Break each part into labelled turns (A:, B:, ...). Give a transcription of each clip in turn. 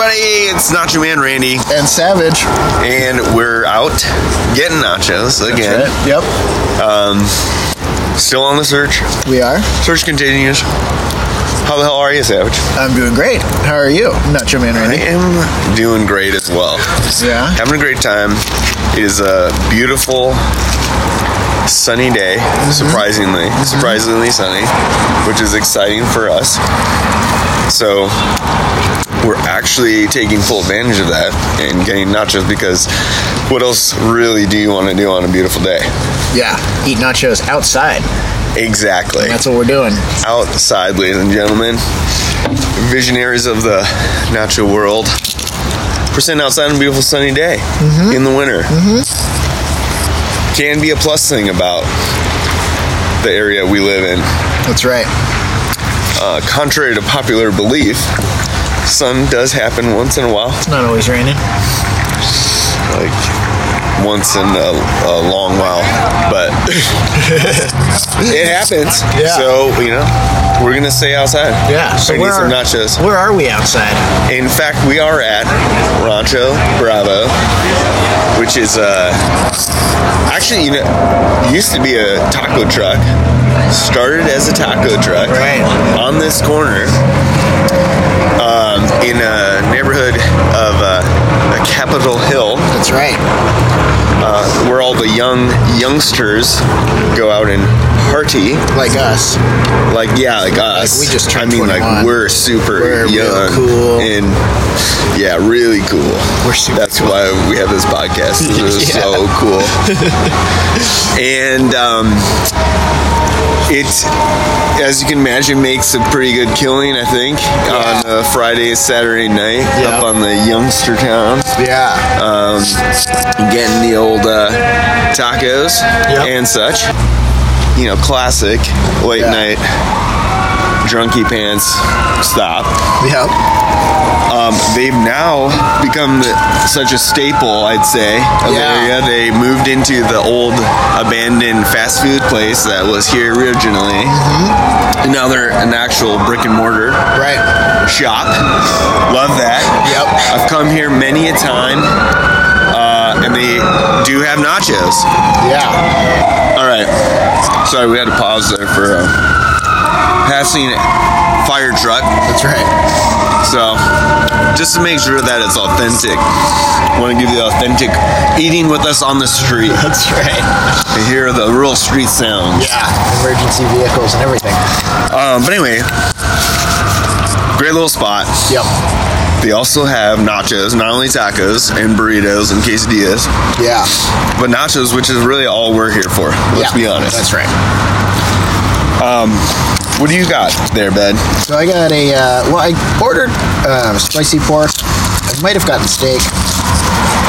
A: It's Nacho Man Randy,
B: and Savage.
A: and we're out getting nachos again.
B: Yep,
A: Um, still on the search.
B: we are.
A: Search continues. How the hell are you, Savage?
B: I'm doing great. How are you? Not your man,
A: I
B: Randy.
A: am doing great as well.
B: Yeah.
A: Having a great time. It is a beautiful sunny day, surprisingly, surprisingly sunny, which is exciting for us. So we're actually taking full advantage of that and getting nachos because what else really do you want to do on a beautiful day?
B: Yeah. Eat nachos outside.
A: Exactly.
B: That's what we're doing.
A: outside, ladies and gentlemen. Visionaries of the natural world. We're sitting outside on a beautiful sunny day
B: Mm-hmm.
A: in the winter. Can be a plus thing about the area we live in.
B: That's right.
A: Uh, contrary to popular belief, sun does happen once in a while,
B: It's not always raining.
A: like once in a, a long while, but it happens.
B: Yeah.
A: So, you know, we're going to stay outside.
B: Yeah.
A: So, we need some nachos.
B: Where are we outside?
A: In fact, we are at Rancho Bravo, which is uh, actually you know used to be a taco truck. Started as a taco truck
B: Right.
A: on this corner um, in a neighborhood of uh, Capitol Hill,
B: That's right.
A: uh, where all the young youngsters go out and party.
B: Like us.
A: Like yeah, like us.
B: we just
A: I
B: turned
A: mean, like
B: 21.
A: we're super
B: We're real
A: young,
B: cool.
A: and yeah, really cool.
B: We're super
A: That's why we have this podcast. It was
B: Yeah.
A: so cool, and um, it, as you can imagine, makes a pretty good killing. I think on uh, Friday, Saturday night
B: Yeah.
A: up on the Youngster Town
B: Yeah.
A: um, getting the old uh, tacos
B: Yep.
A: and such. You know, classic late
B: Yeah.
A: night drunky pants stop.
B: Yep.
A: Um, they've now become the, such a staple, I'd say, of
B: Yeah.
A: the area. They moved into the old abandoned fast food place that was here originally.
B: Mm-hmm.
A: And now they're an actual brick and mortar
B: Right.
A: shop. Love that.
B: Yep.
A: I've come here many a time, uh, and they do have nachos.
B: Yeah.
A: All right. Sorry, we had to pause there for a passing fire truck.
B: That's right.
A: So, just to make sure that it's authentic, want to give you the authentic eating with us on the street.
B: That's right.
A: To hear the real street sounds.
B: Yeah. Emergency vehicles and everything.
A: Um, but anyway, great little spot.
B: Yep.
A: They also have nachos, not only tacos and burritos and quesadillas.
B: Yeah.
A: But nachos, which is really all we're here for. Let's
B: Yeah.
A: be honest.
B: That's right.
A: What do you got there, Ben?
B: So I got a uh, well. I ordered um, spicy pork. I might have gotten steak.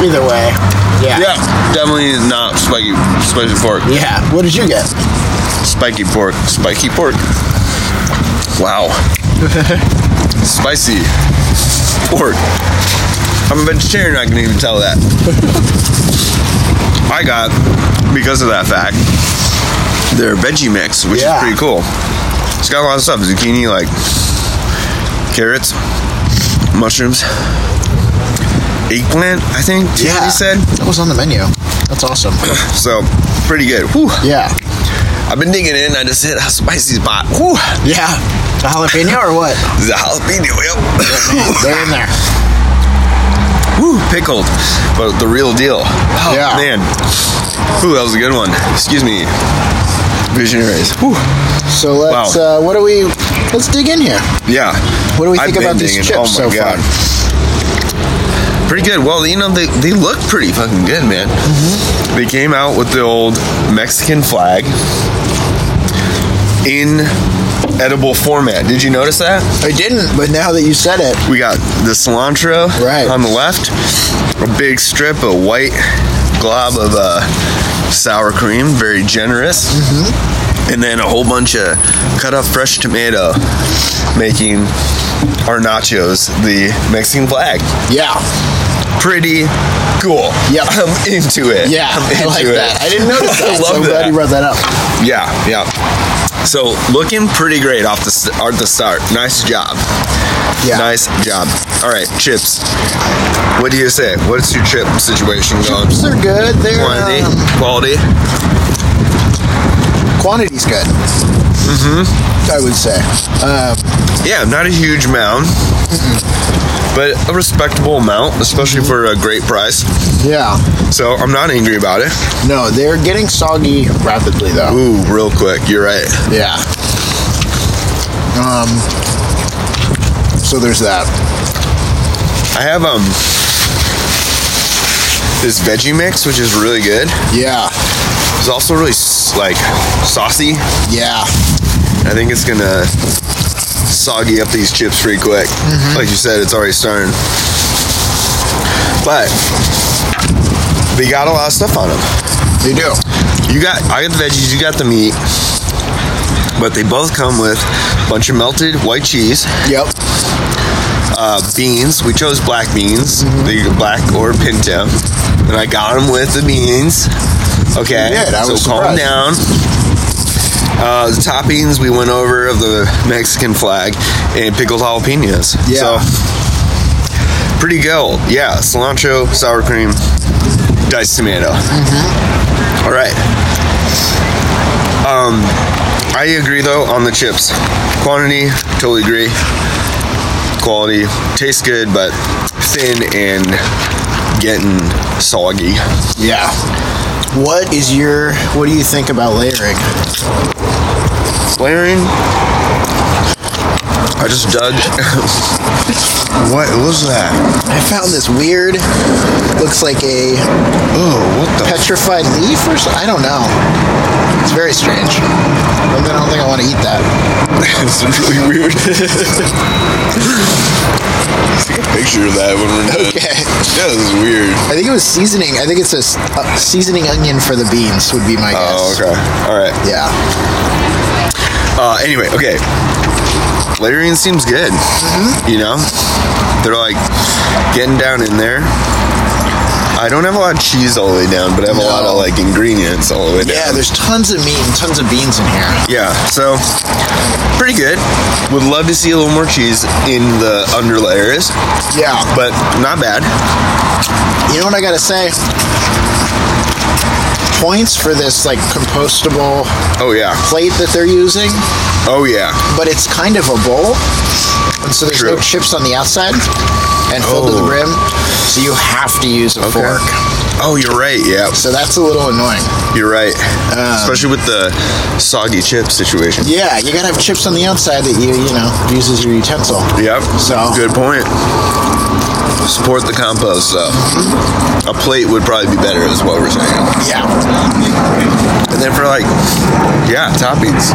B: Either way, yeah,
A: Yeah, definitely not spiky, spicy pork.
B: Yeah. What did you get?
A: Spiky pork. Spiky pork. Wow. spicy pork. I'm a vegetarian. I can even tell that. I got because of that fact their veggie mix, which
B: Yeah.
A: is pretty cool. It's got a lot of stuff: zucchini, like carrots, mushrooms, eggplant. I think is what he said.
B: That was on the menu. That's awesome.
A: So pretty good. Whew.
B: yeah.
A: I've been digging in. I just hit a spicy spot. Whew.
B: Yeah. The jalapeno or what?
A: The jalapeno. Yep.
B: They're in there.
A: Woo, pickled, but the real deal. Oh,
B: Yeah.
A: Man. Ooh, that was a good one. Excuse me. Visionaries. Whew.
B: So let's. Uh, what do we? Let's dig in here.
A: Yeah.
B: What do we
A: I've
B: think
A: been
B: about these
A: digging.
B: chips
A: oh
B: so
A: my God.
B: far?
A: Pretty good. Well, you know they, they look pretty fucking good, man.
B: Mm-hmm.
A: They came out with the old Mexican flag in edible format. Did you notice that?
B: I didn't, but now that you said it,
A: We got the cilantro
B: Right.
A: on the left, a big strip of white glob of uh, sour cream, very generous,
B: Mm-hmm.
A: and then a whole bunch of cut up fresh tomato, making our nachos the Mexican flag.
B: yeah,
A: Pretty cool.
B: Yep.
A: I'm into it.
B: yeah,
A: I'm
B: I like
A: into it.
B: that. I didn't notice
A: I
B: that.
A: love
B: so I'm glad
A: that.
B: you brought that up.
A: Yeah, yeah. So looking pretty great off the st- at the start. Nice job.
B: Yeah.
A: Nice job. All right, chips. What do you say? What's your chip situation going?
B: Chips are good. They're
A: Quantity,
B: um,
A: quality.
B: quantity's good. Mm-hmm.
A: Mm-hmm.
B: I would say. Um,
A: Yeah, not a huge amount, but a respectable amount, especially for a great price.
B: yeah.
A: So I'm not angry about it.
B: No, they're getting soggy rapidly though.
A: Ooh, real quick. You're right.
B: Yeah. Um. So there's that.
A: I have um this veggie mix, which is really good.
B: Yeah.
A: It's also really s- like saucy.
B: Yeah.
A: I think it's gonna soggy up these chips pretty quick. Like you said, it's already starting. But we got a lot of stuff on them.
B: They do.
A: You got I got the veggies, you got the meat, but they both come with a bunch of melted white cheese,
B: Yep.
A: uh, beans. We chose black beans, they either black or pinto, and I got them with the beans. Okay,
B: You did, I
A: so
B: was
A: calm
B: surprised.
A: down. Uh, the toppings we went over of the Mexican flag and pickled jalapenos. So
B: Yeah.
A: pretty good. Yeah, cilantro, sour cream, diced tomato. All right. Um, I agree though on the chips. Quantity, totally agree. Quality, tastes good, but thin and getting soggy.
B: Yeah. What is your? What do you think about layering?
A: Layering. I just dug. what was that?
B: I found this weird. Looks like a
A: Oh, what the?
B: petrified leaf or something. I don't know. It's very strange. I don't- I don't think I want to eat that.
A: That's really weird. picture of that when we're done.
B: Okay.
A: That is weird.
B: I think it was seasoning. I think it's a s- uh, seasoning onion for the beans would be my guess.
A: Oh, okay. All right.
B: Yeah.
A: Uh, anyway, okay. Layering seems good. You know, they're like getting down in there. I don't have a lot of cheese all the way down, but I have a lot of
B: No.
A: like ingredients all the way down.
B: Yeah, there's tons of meat and tons of beans in here.
A: yeah. So pretty good. Would love to see a little more cheese in the underlayers,
B: Yeah.
A: but not bad.
B: You know what I gotta say? Points for this like compostable
A: Oh yeah.
B: plate that they're using,
A: Oh yeah.
B: but it's kind of a bowl, and so there's no
A: True.
B: chips on the outside and filled to
A: Oh.
B: the brim, so you have to use a fork.
A: Oh, you're right. Yeah,
B: So that's a little annoying.
A: you're right.
B: Um,
A: Especially with the soggy chip situation.
B: Yeah, you gotta have chips on the outside that you you know use as your utensil.
A: Yep.
B: So-
A: good point. Support the compost though. A plate would probably be better, is what we're saying.
B: Yeah,
A: And then for like, yeah, toppings.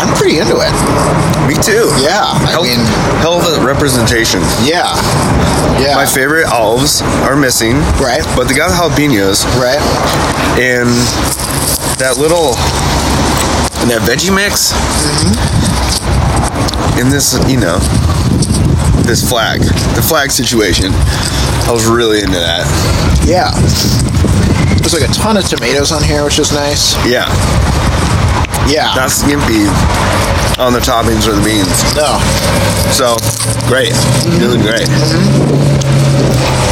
B: I'm pretty into it.
A: Me too.
B: Yeah, I
A: Hell,
B: mean,
A: hell of a representation.
B: yeah, yeah.
A: My favorite olives are missing.
B: Right.
A: But they got jalapenos
B: right?
A: and that little and that veggie mix.
B: Mm-hmm.
A: And this, you know, this flag, the flag situation. I was really into that.
B: Yeah. There's like a ton of tomatoes on here, which is nice.
A: Yeah,
B: Yeah.
A: not skimpy on the toppings or the beans.
B: no.
A: So great,
B: Mm-hmm.
A: doing great.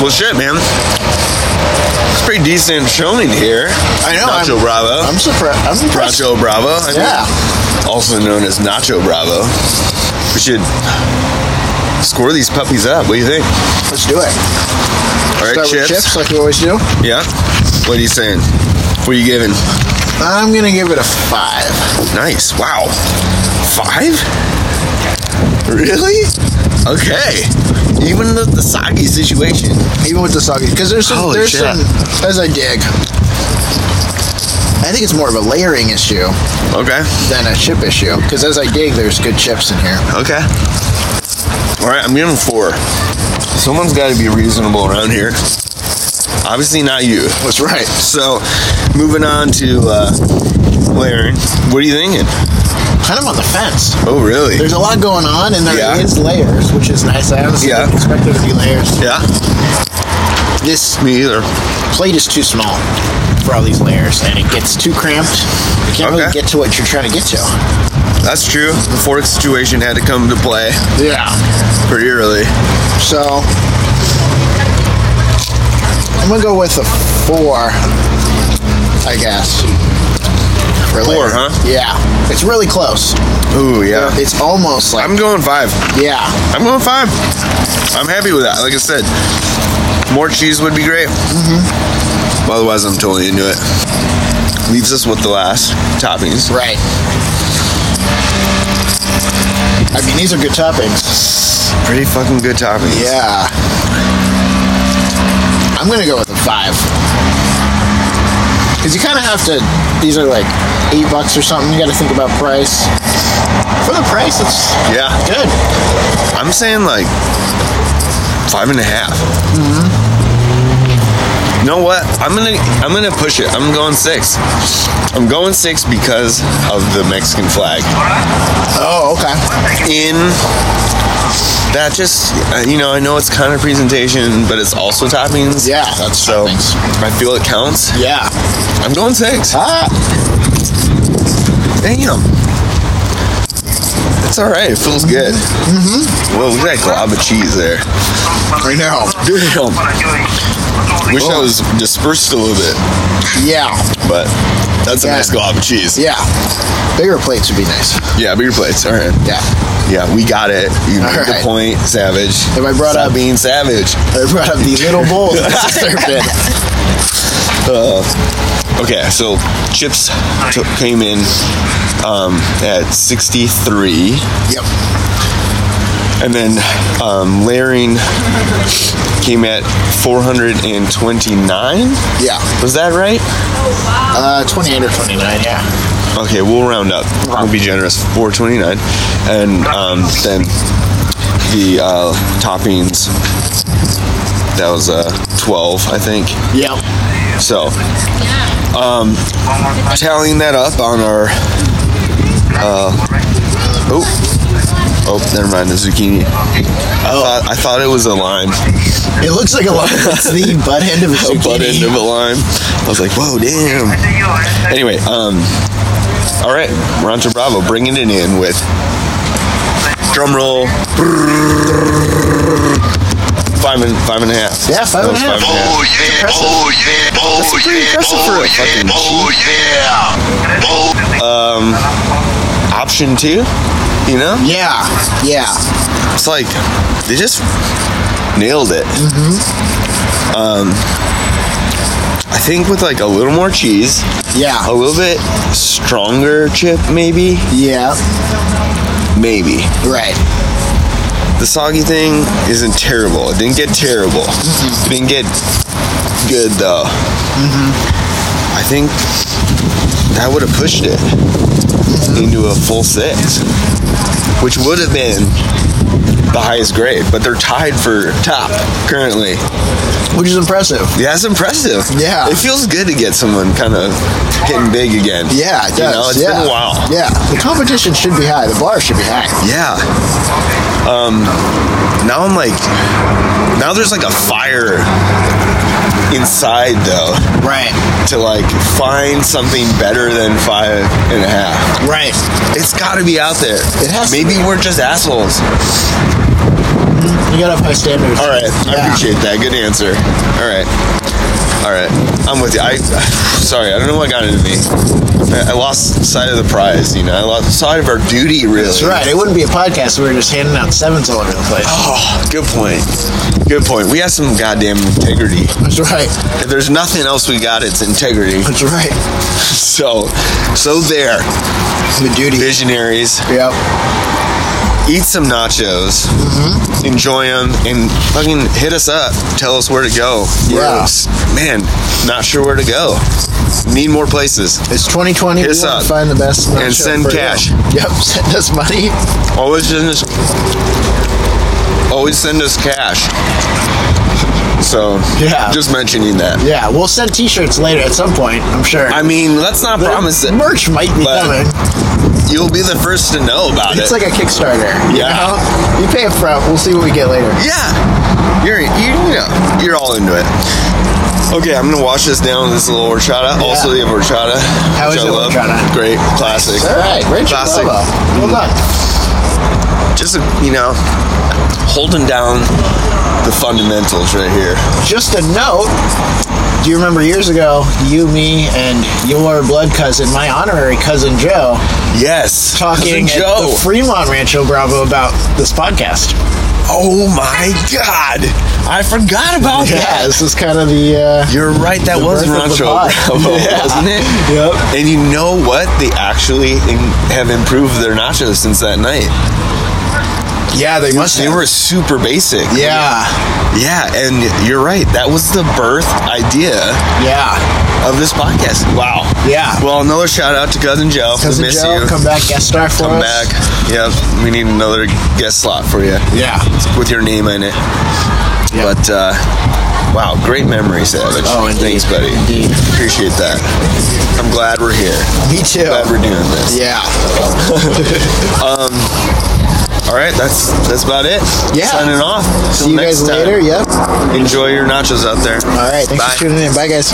A: Well, shit, man. It's pretty decent showing here.
B: I know.
A: Nacho
B: I'm,
A: Bravo.
B: I'm surprised. I'm impressed.
A: Nacho Bravo. I mean,
B: Yeah.
A: also known as Nacho Bravo. We should score these puppies up. What do you think?
B: Let's do it.
A: All right,
B: Start with chips, like we always do.
A: Yeah. What are you saying? What are you giving?
B: I'm gonna give it a five.
A: Nice. Wow. Five? Really? Okay. Even the, the soggy situation.
B: Even with the soggy, because there's some,
A: Holy
B: there's
A: shit.
B: some. As I dig, I think it's more of a layering issue
A: Okay.
B: than a chip issue. Because as I dig, there's good chips in here.
A: Okay. All right, I'm giving four. Someone's got to be reasonable around here. Obviously, not you.
B: That's right.
A: So, moving on to uh, layering. What are you thinking?
B: Kind of on the fence.
A: Oh, really?
B: There's a lot going on, and there is
A: Yeah.
B: layers, which is nice. I honestly
A: Yeah.
B: didn't expect there to be layers.
A: Yeah,
B: This
A: me either.
B: plate is too small. for all these layers, and it gets too cramped. You can't really
A: Okay.
B: get to what you're trying to get to.
A: That's true. The fork situation had to come to play
B: Yeah.
A: pretty early.
B: So I'm gonna go with a four, I guess. For
A: Four,
B: later.
A: huh?
B: Yeah. It's really close.
A: Ooh, yeah.
B: It's almost like
A: I'm going five.
B: yeah.
A: I'm going five. I'm happy with that. Like I said, more cheese would be great. Mm-hmm. Otherwise, I'm totally into it. Leaves us with the last toppings.
B: Right. I mean, these are good toppings.
A: Pretty fucking good toppings.
B: Yeah. I'm gonna go with a five. Cause you kind of have to. These are like eight bucks or something. You got to think about price. For the price, it's
A: Yeah.
B: good.
A: I'm saying like five and a half. Mm-hmm. You know what? I'm gonna I'm gonna push it. I'm going six. I'm going six because of the Mexican flag.
B: Oh, okay.
A: in that just uh, you know I know it's kind of presentation, but it's also toppings.
B: Yeah, that's
A: so
B: toppings.
A: I feel it counts.
B: Yeah.
A: I'm going six.
B: Ah,
A: Damn, it's all right. It feels good. Mm-hmm. Well, we got a glob of cheese there.
B: right now.
A: Damn, wish that
B: Whoa.
A: was dispersed a little bit,
B: Yeah.
A: but that's a
B: Yeah.
A: nice glob of cheese.
B: Yeah. Bigger plates would be nice.
A: Yeah, bigger plates. All right.
B: Yeah.
A: Yeah, we got it. You
B: All
A: made the
B: right.
A: point, Savage.
B: Have I brought
A: Stop
B: up-
A: being savage?
B: I brought up the little bowl that's served in.
A: Uh, Okay, so chips t- came in um, at 63,
B: Yep.
A: and then um, layering came at 429.
B: Yeah.
A: Was that right?
B: Uh, 28 or 29, yeah.
A: Okay, we'll round up. We'll be generous. 429, and um, then the uh, toppings. That was uh, 12, I think.
B: Yep.
A: So, um, tallying that up on our. Uh, oh, oh, never mind the zucchini. I, thought, I thought it was a lime,
B: It looks like a lot. It's the butt end of a
A: a
B: zucchini.
A: butt end of a lime. I was like, whoa, damn.
C: Oh,
A: Anyway, um, all right, Rancho Bravo bringing it in with drum roll. Five and five and a half.
B: Yeah, five
A: That
B: and
A: was
B: a half.
A: five and a half.
C: Oh yeah, oh yeah, oh
A: That's pretty
C: yeah,
A: impressive for a
C: oh yeah,
A: fucking
C: oh yeah, oh
A: Option two, you know.
B: yeah. Yeah.
A: it's like they just nailed it. Um,
B: Mm-hmm.
A: I think with like a little more cheese, a
B: Yeah.
A: little bit stronger chip, maybe,
B: Yeah.
A: maybe.
B: Right.
A: The soggy thing isn't terrible. It didn't get terrible. It didn't get good though. I think that would have pushed it into a full six, which would have been the highest grade. But they're tied for top currently.
B: Which is impressive.
A: Yeah, that's impressive.
B: Yeah.
A: it feels good to get someone kind of getting big again.
B: Yeah, it does.
A: you know, it's
B: yeah.
A: been a while.
B: Yeah. The competition should be high. The bar should be high.
A: Yeah. Um, now I'm like, now there's like a fire inside though
B: Right.
A: to like find something better than five and a half.
B: Right.
A: It's got to be out there.
B: It has to
A: Maybe we're just assholes.
B: You gotta have high standards.
A: All right, I
B: Yeah.
A: appreciate that. Good answer. All right, all right. I'm with you. I sorry, I don't know what got into me. I I lost sight of the prize. You know, I lost sight of our duty. Really.
B: That's right. It wouldn't be a podcast. if We were just handing out sevens all over the place.
A: Oh, good point. Good point. We have some goddamn integrity.
B: That's right.
A: If there's nothing else we got, it's integrity.
B: That's right.
A: So, so there,
B: The duty.
A: visionaries.
B: Yep.
A: Eat some nachos,
B: Mm-hmm.
A: enjoy them, and fucking hit us up. Tell us where to go. We're,
B: Yeah.
A: man, not sure where to go. Need more places.
B: It's 2020.
A: Hit
B: we
A: us
B: want
A: up.
B: to find the best.
A: And
B: nacho
A: send
B: for you.
A: cash.
B: Yep. Send us money.
A: Always send us, always send us cash. So,
B: Yeah.
A: just mentioning that.
B: Yeah. We'll send T-shirts later at some point. I'm sure.
A: I mean, let's not
B: The
A: promise it.
B: Merch might be
A: but-
B: coming.
A: You'll be the first to know about
B: It's
A: it.
B: like a Kickstarter.
A: Yeah.
B: You, know? you pay up front. We'll see what we get later.
A: yeah, you're you, you know you're all into it. Okay, I'm gonna wash this down with this little horchata. Also, they have horchata.
B: How
A: which
B: is
A: I
B: it,
A: love.
B: horchata?
A: Great, classic.
B: All right, Rachel
A: Classic.
B: Bobo. Well done.
A: Just you know, holding down the fundamentals right here.
B: Just a note. Do you remember years ago, you, me, and your blood cousin, my honorary cousin Joe,
A: Yes,
B: talking
A: Cousin
B: at the Fremont Rancho Bravo about this podcast?
A: oh my God, I forgot about
B: Yeah, this is kind of the. Uh,
A: You're right. That
B: The
A: was
B: birth of the
A: Rancho
B: pod.
A: Bravo,
B: Yeah.
A: wasn't it?
B: Yep.
A: And you know what? They actually in, have improved their nachos since that night.
B: uh, yeah, they must.
A: They
B: have.
A: were super basic.
B: Yeah,
A: Yeah, and you're right. That was the birth idea
B: yeah.
A: of this podcast. Wow.
B: Yeah.
A: Well, another shout out to Cousin Joe. We
B: Cousin
A: miss you.
B: Joe, come back guest star for
A: Come
B: us.
A: back. Yep. We need another guest slot for you
B: Yeah.
A: with your name in it.
B: Yeah.
A: But uh, wow, great memory, Savage.
B: Oh, indeed.
A: Thanks, buddy.
B: Indeed.
A: Appreciate that. I'm glad we're here.
B: Me too.
A: Glad we're doing this.
B: Yeah.
A: All right, that's that's about it.
B: Yeah.
A: Signing off. Till
B: See you
A: next
B: guys
A: time.
B: later. Yep. All
A: Enjoy your nachos out there.
B: right. Thanks
A: Bye.
B: for tuning in. Bye, guys.